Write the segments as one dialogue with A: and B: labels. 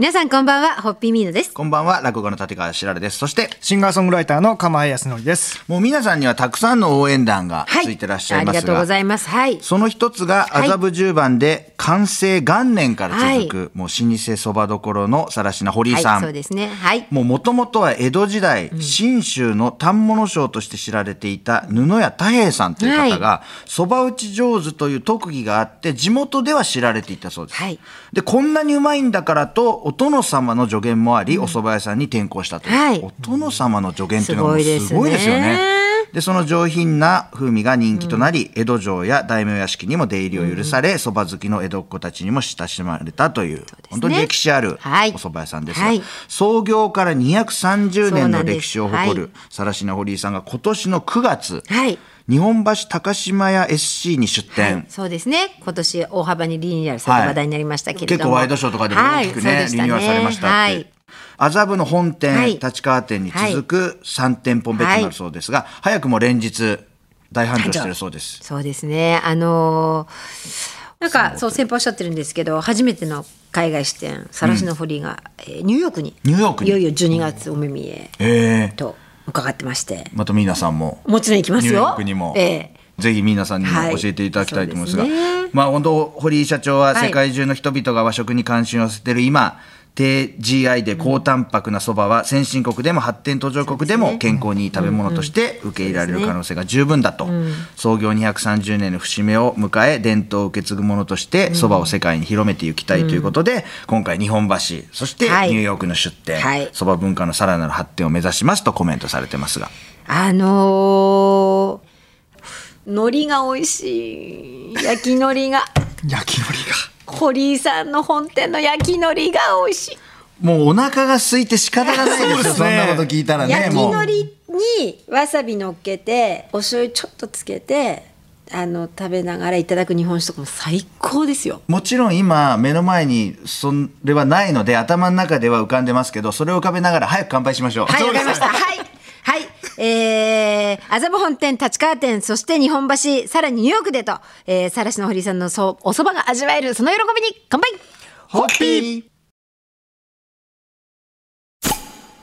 A: 皆さんこんばんは、ホッピーミーナです。
B: こんばんは、落語の立川しらるです。そして、
C: シンガーソングライターの釜江康則です。
B: もう皆さんにはたくさんの応援団がついてらっしゃいますが、
A: ありがとうございます。はい。
B: その一つが
A: い
B: 麻布十番で寛政元年から続く、
A: は
B: もう老舗そばどころのさらしな堀井
A: はい
B: さ、ん、
A: そうですね。はい。
B: もう元々は江戸時代、信州の反物商として知られていた布屋太平さんという方が、そば打ち上手という特技があって、地元では知られていたそうです。
A: はい
B: で、こんなにうまいんだからと、お殿様の助言もあり、お蕎麦屋さんに転向したという。
A: はい
B: お殿様の助言というのはもうす
A: す
B: ご
A: ご
B: い
A: い
B: で
A: ですす
B: よ
A: ね
B: ね。でその上品な風味が人気となり、江戸城や大名屋敷にも出入りを許され、そば好きの江戸っ子たちにも親しまれたという本当に歴史あるお
A: はい
B: 蕎麦屋さんですが、
A: はい
B: 創業から230年の歴史を誇
A: そうなん
B: る
A: で
B: 更科堀井さんが今年の9月、
A: はい。
B: 日本橋高島屋 SC に出
A: はい
B: 店、
A: そうですね。今年大幅にリニューアルされた話題になりましたけれども。
B: 結構ワイドショーとかでも大きくね、
A: はい
B: リニューアルされましたって。
A: はい。
B: 麻布の本店、
A: はい
B: 立川店に続く3店舗別になるそうですが、早くも連日大繁盛してるそうです。
A: そうですね。あのーなんかそう先輩おっしゃってるんですけど初めての海外支店さらしの堀井が、えーニューヨークに
B: ニューヨークに
A: いよいよ12月お目見え
B: ええ
A: と伺ってまして
B: また皆さんも
A: もちろん行きますよ
B: ニューヨークにも、
A: ええ
B: ぜひ皆さんに
A: は
B: も
A: い
B: 教えていただきたいと思いますが、
A: そうですね
B: まあ本当堀井社長は
A: はい
B: 世界中の人々が和食に関心を寄せている今、低 GI で高タンパクなそばは先進国でも発展途上国でも健康にいい食べ物として受け入れられる可能性が十分だと、創業230年の節目を迎え伝統を受け継ぐものとしてそばを世界に広めていきたいということで、今回日本橋そしてニ
A: はい
B: ューヨークの出
A: は
B: 店
A: い
B: そば、文化のさらなる発展を目指しますとコメントされてますが。
A: あのー、海苔が美味しい焼き海苔が
B: 焼き海苔が
A: 堀井さんの本店の焼き海苔が美味しい、
B: もうお腹が空いて仕方がないですよ
C: そうです
B: そん
C: ね
B: なこと聞いたらね
A: 焼き
B: もう
A: 海苔にわさび乗っけてお醤油ちょっとつけてあの食べながらいただく日本酒とかも最高ですよ
B: もちろん今目の前にそれはないので頭の中では浮かんでますけどそれを浮かべながら早く乾杯しましょう、
A: はいわかりましたはいはいえー、麻布本店立川店そして日本橋さらにニューヨークでと、えー、さらしの堀井さんのそおそばが味わえるその喜びに乾杯
B: ホッピー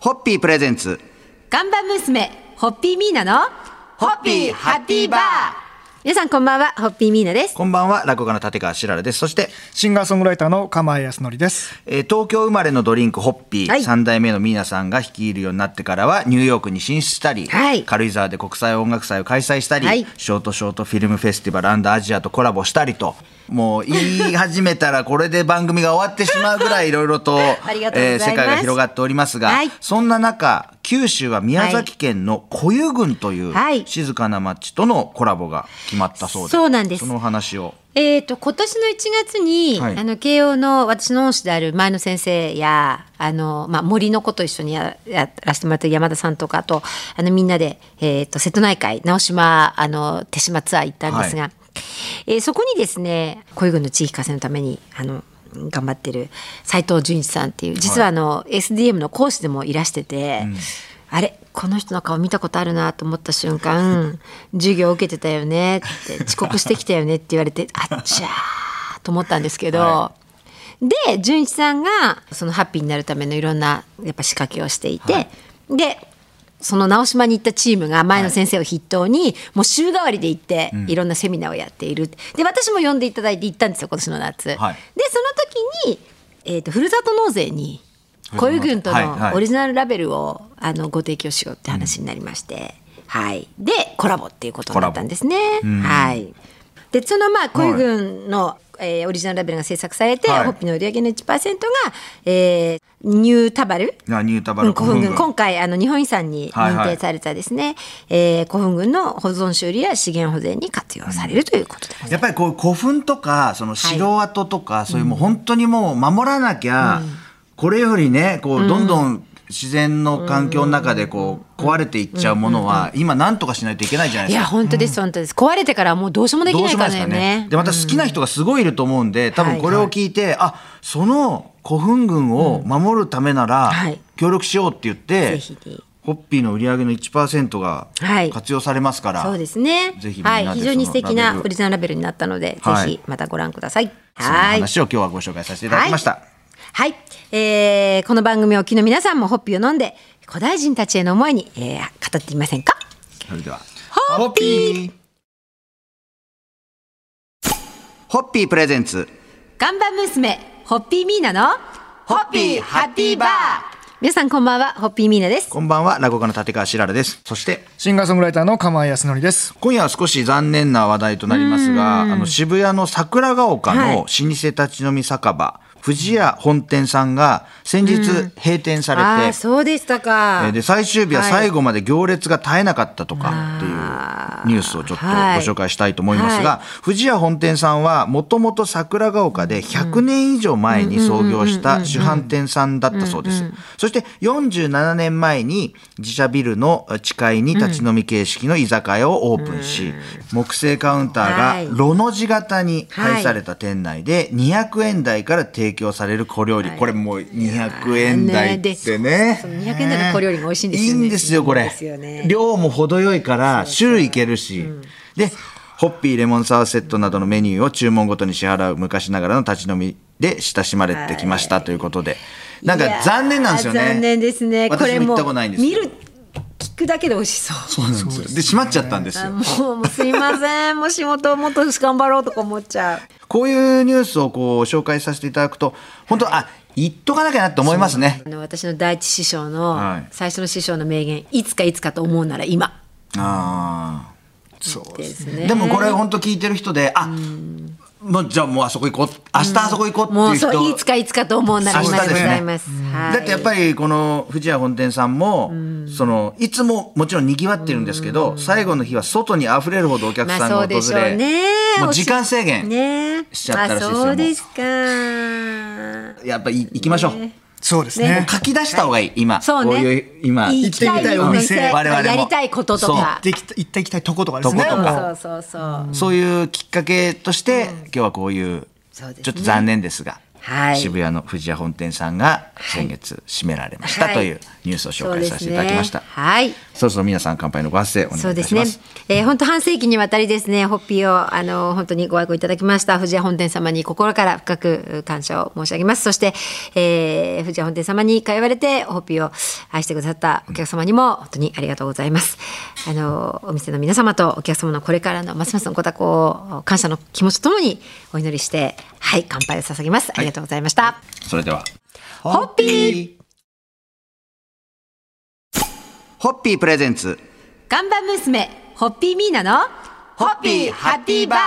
B: ホッピープレゼンツ
A: 看板娘ホッピーミーナの
B: ホッピーハッピーバー
A: 皆さんこんばんはホッピーミーナです
B: こんばんは落語家の立川しららですそして
C: シンガーソングライターの釜江康則です。
B: えー東京生まれのドリンクホッピー、
A: はい
B: 3代目のミーナさんが率いるようになってからはニューヨークに進出したり、
A: はい
B: 軽井沢で国際音楽祭を開催したり、
A: はい
B: ショートショートフィルムフェスティバルアジアとコラボしたりともう言い始めたらこれで番組が終わってしまうぐらいいろいろ と
A: りがとうございます
B: 世界が広がっておりますが、
A: はい
B: そんな中九州は宮崎県の小湯郡という
A: はい
B: 静かな町とのコラボが決まったそうで,、
A: そうなんです
B: そのお話を。
A: えー、と今年の1月に、
B: はい
A: あの慶応の私の恩師である前野先生やあの、まあ、森の子と一緒にややらせてもらってる山田さんとかあとあのみんなで、えー、と瀬戸内海直島あの手島ツアー行ったんですが、
B: は
A: えーそこにですね小湯郡の地域活性のためにあの頑張ってる斉藤純一さんっていう実はあの、SDM の講師でもいらしてて。あれこの人の顔見たことあるなと思った瞬間「授業受けてたよね」って「遅刻してきたよね」って言われて「あっちゃー」と思ったんですけど、
B: は
A: で純一さんがそのハッピーになるためのいろんなやっぱ仕掛けをしていて、でその直島に行ったチームが前の先生を筆頭に、もう週替わりで行っていろんなセミナーをやっている、で私も呼んでいただいて行ったんですよ今年の夏。
B: はい
A: でその時に、えー、とふるさと納税に小湯郡と
B: はいはい
A: のオリジナルラベルをあのご提供しようって話になりまして、はい、でコラボっていうことになったんですね。はい、でそのまあ小湯郡の、えーオリジナルラベルが制作されて、
B: はい
A: ホッピーの売り上げの1%が、えーニュータバル
B: あニュータバル
A: うん古墳群今回あの日本遺産に
B: はいはい
A: 認定されたですね、えー古墳群の保存修理や資源保全に活用されるということでございます
B: やっぱりこう古墳とかその城跡とか、そういうもう本当にもう守らなきゃ、これよりねこうどんどん自然の環境の中でこう壊れていっちゃうものは今なんとかしないといけないじゃない
A: い
B: です
A: や
B: か。
A: 本当です、本当です壊れてからはもうどうしようもでき
B: どう
A: な
B: しよ
A: い
B: うも
A: か
B: ない
A: ら
B: で
A: だ
B: すからね
A: よね。
B: でまた好きな人がすごいいると思うんで多分これを聞いて、あその古墳群を守るためなら
A: はい
B: 協力しようって言って、
A: ぜひ
B: ホッピーの売り上げの1%が
A: はい
B: 活用されますから、
A: そうですね
B: ぜひみんな
A: は
B: で
A: い、非常に素敵
B: そ
A: な
B: のラベル
A: オリジナルラベルになったので、
B: はい
A: ぜひまたご覧ください
B: その
A: はい
B: 話を今日はご紹介させていただきました。
A: はい、はいえーこの番組をお聞きの皆さんもホッピーを飲んで古代人たちへの思いに、えー語ってみませんか
B: それでは、
A: ホッピー
B: ーホッピープレゼンツ
A: 看板娘ホッピーミーナの
B: ホッピーハッピーバー
A: 皆さんこんばんはホッピーミーナです
B: こんばんは、落語家の立川しららです。そして、
C: シンガーソングライターの釜井康則です。
B: 今夜は少し残念な話題となりますが、あの渋谷の桜ヶ丘
A: はい
B: の老舗立ち飲み酒場、藤屋本店さんが先日閉店さ
A: ああ
B: れ
A: ー
B: て、
A: そうでしたか
B: えーで最終日は最後まで行列が絶えなかったとか
A: あ
B: っ
A: ー
B: ていうニュースをちょっとご
A: はい
B: 紹介したいと思いますが、
A: は
B: 藤屋本店さんはもともと桜ヶ丘で100年以上前に創業した主販店さんだったそうです。そして47年前に自社ビルの地階に立ち飲み形式の居酒屋をオープンし、木製カウンタ
A: はい
B: ーが炉の字型に配された店内で200円台から提供される小料理、これもう200円台ってね。
A: そうそう200円台の小料理も美味しいんですよね
B: いいんですよ、こ
A: いいん
B: れ
A: ですよね。
B: 量も程よいから、種類いけるし。で、ホッピーレモンサワーセットなどのメニューを注文ごとに支払う昔ながらの立ち飲みで親しまれてきましたということで。なん
A: いや
B: か
A: ー
B: 残念なんですよね。
A: 残念ですねこ
B: 私
A: れ
B: も行
A: も
B: ったことないんですよ
A: 見る聞くだけで美味しそう
B: そうなんですよ。で、閉まっちゃったんですよ。
A: もうもうすい ませんもう仕事をもっと頑張ろうとか思っちゃう
B: こういうニュースをこう紹介させていただくと、本当、あ、言っとかなきゃなって思いますね。
A: あの私の第一師匠の、
B: はい
A: 最初の師匠の名言いつかいつかと思うなら今
B: ああ。そう
A: ですね
B: でもこれ本当聞いてる人で、あ、もうじゃあもうあそこ行こう、明日あそこ行こうってい
A: も
B: うう人、
A: そういつかいつかと思うなら今
B: 明日で
A: でご
B: すね
A: ざいますはい
B: だってやっぱりこの藤屋本店さんも、そのいつももちろんにぎわってるんですけど、最後の日は外にあふれるほどお客
A: ま
B: さ
A: あ
B: んが
A: そ
B: 訪
A: う
B: れ、
A: でしょうね
B: もう時間制限、
A: ね
B: しちゃったらしいですよ
A: あそうですか
B: やっぱり行きましょう、
C: そうです
A: ね
C: ね。
B: 書き出した方がいい、今
A: そうね
B: こういう今
A: 行
C: きたいお店
B: 我々も
A: やりたいこととか
C: 行ってきた行ってきたいとことかですね。
B: とことか
A: そうそうそう
B: そうそういうきっかけとして、今日はこういう
A: そうですね
B: ちょっと残念ですが、
A: はい
B: 渋谷の藤屋本店さんが先月閉められました
A: はい
B: というニュースを紹介させていただきました、
A: そうですねはい
B: そろそろ皆さん乾杯のご発声お願いい
A: そ
B: た
A: う
B: しま
A: ですすね。えー本当半世紀にわたりですね、ホッピーをあの本当にご愛顧いただきました藤屋本店様に心から深く感謝を申し上げます。そして、えー、藤屋本店様に通われてホッピーを愛してくださったお客様にも本当にありがとうございます。あのお店の皆様とお客様のこれからのますますのご多幸を感謝の気持ちとともにお祈りして、はい乾杯を捧げます。ありがとうございました。
B: それでは
A: ホッピー
B: ホッピープレゼンツ
A: 看板娘ホッピーミーナの
B: ホッピーハッピーバー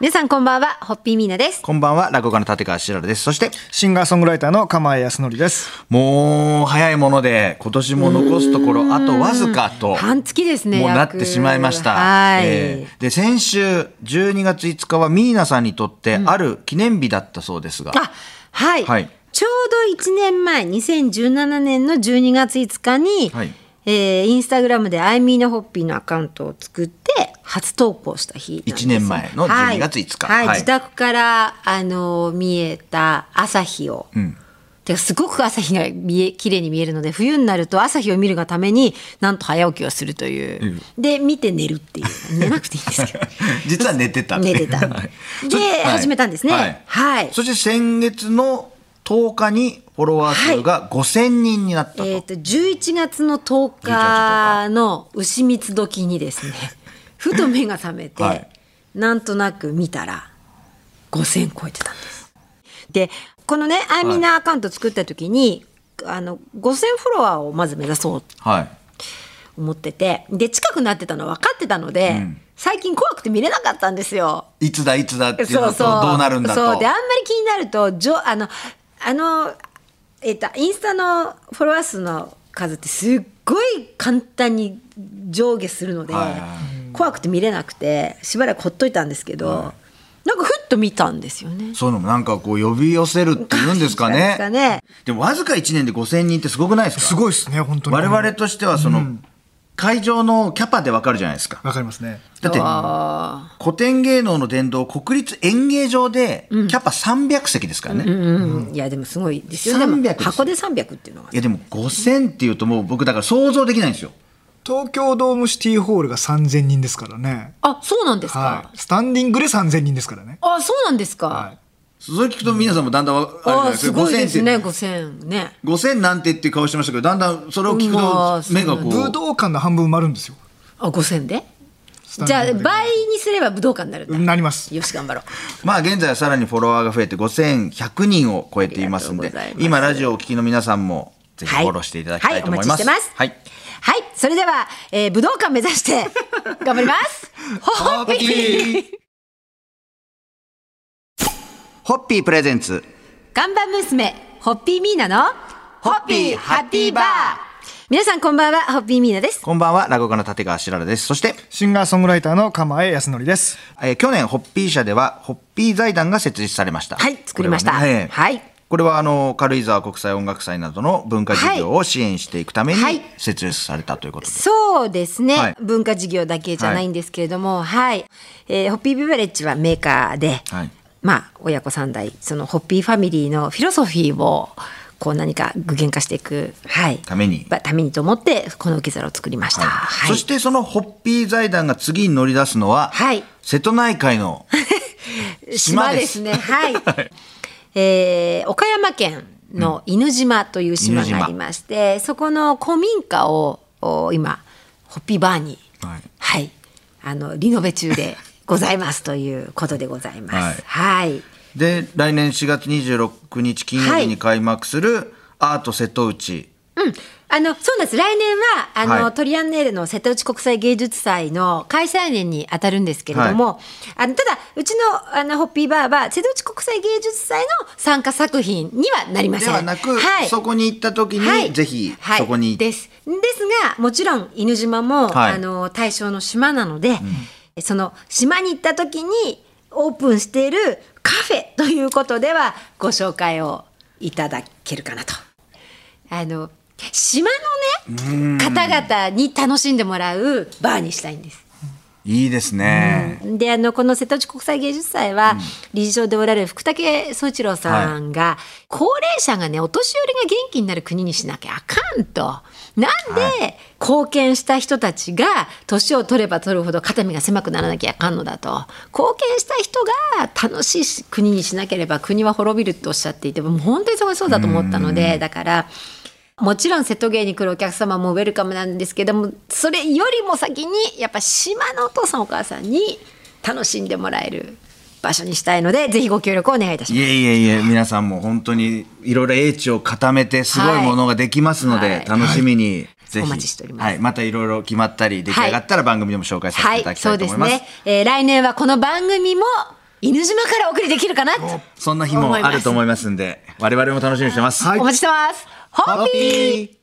A: 皆さんこんばんはホッピーミーナです
B: こんばんは落語家の立川しららですそして
C: シンガーソングライターの釜井康則です。
B: もう早いもので今年も残すところあとわずかと
A: 半月ですね
B: もうなっ
A: 約
B: てしまいました、
A: はい、
B: えーで先週12月5日はミーナさんにとってある記念日だったそうですが、
A: あはい、
B: はい
A: ちょうど1年前2017年の12月5日に、
B: はい
A: えーインスタグラムでアイミーナホッピーのアカウントを作って初投稿した日なんです
B: 一年前の12月5日
A: はい、はい
B: はい
A: 自宅からあの見えた朝日を、
B: ん
A: てかすごく朝日が見え綺麗に見えるので冬になると朝日を見るがためになんと早起きをするという、で見て寝るっていう寝なくていいんです けど
B: 実は寝てたっていう
A: 寝てた
B: はい
A: で始めたんですねはい
B: そして先月の10日にフォロワー数が5000人になったと、
A: えっ、と11月の10日の牛蜜時にです ねふと目が覚めて、
B: はい
A: なんとなく見たら5,000超えてたんです。でこのねアイミナアカウント作った時に、あの5,000フォロワーをまず目指そうと
B: はい
A: 思っててで近くなってたの分かってたので、最近怖くて見れなかったんですよ。
B: いつだいつだっていうのとどうなるんだと
A: そうであんまり気になるとじょあのあの、えっとインスタのフォロワー数の数ってすっごい簡単に上下するので、
B: はいはいは
A: 怖くて見れなくてしばらくほっといたんですけど、なんかふっと見たんですよね。
B: そういうのもなんかこう呼び寄せるって言うんですか
A: なんか
B: ね。
A: ね
B: でもわずか1年で5000人ってすごくないですか
C: すごいですね本当に。
B: 我々としてはその、会場のキャパでわかるじゃないですか。
C: わかりますね。
B: だって
A: あ
B: 古典芸能の殿堂国立演芸場でキャパ300席ですからね。
A: ーうん、いやでもすごいですよでも
B: 300です
A: 箱で300っていうのが
B: いやでも5000っていうともう僕だから想像できないんですよ。
C: 東京ドームシティホールが3000人ですからね。
A: あそうなんですか、
C: はい。スタンディングで3000人ですからね。
A: あそうなんですか、
C: はい。
B: それ聞くと皆さんもだんだんわあれじゃな
A: あ
B: い
A: すごいです
B: 5000
A: ね
B: って
A: 5000ね
B: 5000なんてっていう顔してましたけどだんだんそれを聞く
A: うわ
B: と
A: ー
B: 目がこ
A: そう
C: 武道館の半分埋まるんですよ。
A: あ5000で
C: スタン
A: じ
C: デ
A: ゃ
C: ィ
A: あ
C: ングで
A: 倍にすれば武道館になるんだ
C: なります。
A: よし頑張ろう
B: まあ現在はさらにフォロワーが増えて5100人を超えていますん
A: あ
B: で
A: りがとうございます
B: 今ラジオをお聞きの皆さんもぜひフォローしていただきたいと思います。
A: はいはいお待ちしてます
B: はい
A: はいそれでは、えー、武道館目指して 頑張りますほ
B: ホ
A: ほっ
B: ッピ
A: ぴ
B: ーホッピープレゼンツ
A: 看板娘ホッピーミーナのホッピーハッピーバー皆さんこんばんはホッピーミーナです
B: こんばんは落語家の立川しららですそして、
C: シンガーソングライターの釜江康則です。
B: えー去年ホッピー社ではホッピー財団が設立されました
A: はい作りました
B: これは,、ね
A: はい
B: これはあの軽井沢国際音楽祭などの文化事業を支援していくために
A: はい
B: 設立されたということで、
A: そうですね、
B: はい
A: 文化事業だけじゃないんですけれども、はいえーホッピービバレッジはメーカーで、
B: はい
A: まあ、親子三代そのホッピーファミリーのフィロソフィーをこう何か具現化していく、はい、
B: ために
A: ばためにと思ってこの受け皿を作りました。はい
B: そしてそのホッピー財団が次に乗り出すのは、
A: はい
B: 瀬戸内海の島
A: 島
B: で
A: です すね。はい。えー岡山県の犬島という島
B: 犬島
A: がありまして、そこの古民家をお今ホッピーバーに、
B: は
A: はいい、あのリノベ中でございますということでございます。はい。
B: で来年4月26日金曜日に開幕するアート瀬戸内、
A: うん、あのそうなんです来年はあの、
B: はい
A: トリアンネーレの瀬戸内国際芸術祭の開催年に当たるんですけれども、あのただうちのあのホッピーバーは瀬戸内国際芸術祭の参加作品にはなりません
B: ではなく、
A: はい
B: そこに行った時に、
A: はい
B: ぜひ
A: はい
B: そこに、
A: ですですがもちろん犬島も、
B: はい
A: あの対象の島なので、その島に行った時にオープンしているカフェということではご紹介をいただけるかなと。あの島のね方々に楽しんでもらうバーにしたいんです。
B: いいですね、
A: であのこの瀬戸内国際芸術祭は、理事長でおられる福武総一郎さんが、高齢者がねお年寄りが元気になる国にしなきゃあかんと。なんで、貢献した人たちが年を取れば取るほど肩身が狭くならなきゃあかんのだと貢献した人が楽しい国にしなければ国は滅びるとおっしゃっていてもう本当にそそうだと思ったのでだからもちろん瀬戸芸に来るお客様もウェルカムなんですけどもそれよりも先にやっぱ島のお父さんお母さんに楽しんでもらえる場所にしたいのでぜひご協力をお願いいたし
B: い
A: ま
B: えいえいえ皆さんも本当にいろいろ英知を固めてすごいものができますので、
A: はい
B: 楽しみに、ぜひ
A: お待ちしております
B: はい、またいろいろ決まったり出来上がったら番組でも紹介
A: す。
B: させ
A: は
B: てい
A: い
B: ただき
A: そ
B: たいうと
A: で
B: 思い
A: す
B: ます、
A: ね、えー来年はこの番組も犬島からお送りできるかなと
B: そんな日もあると思いますんで我々も楽しみにしてます、
A: お待ちしてますホッピー
B: ー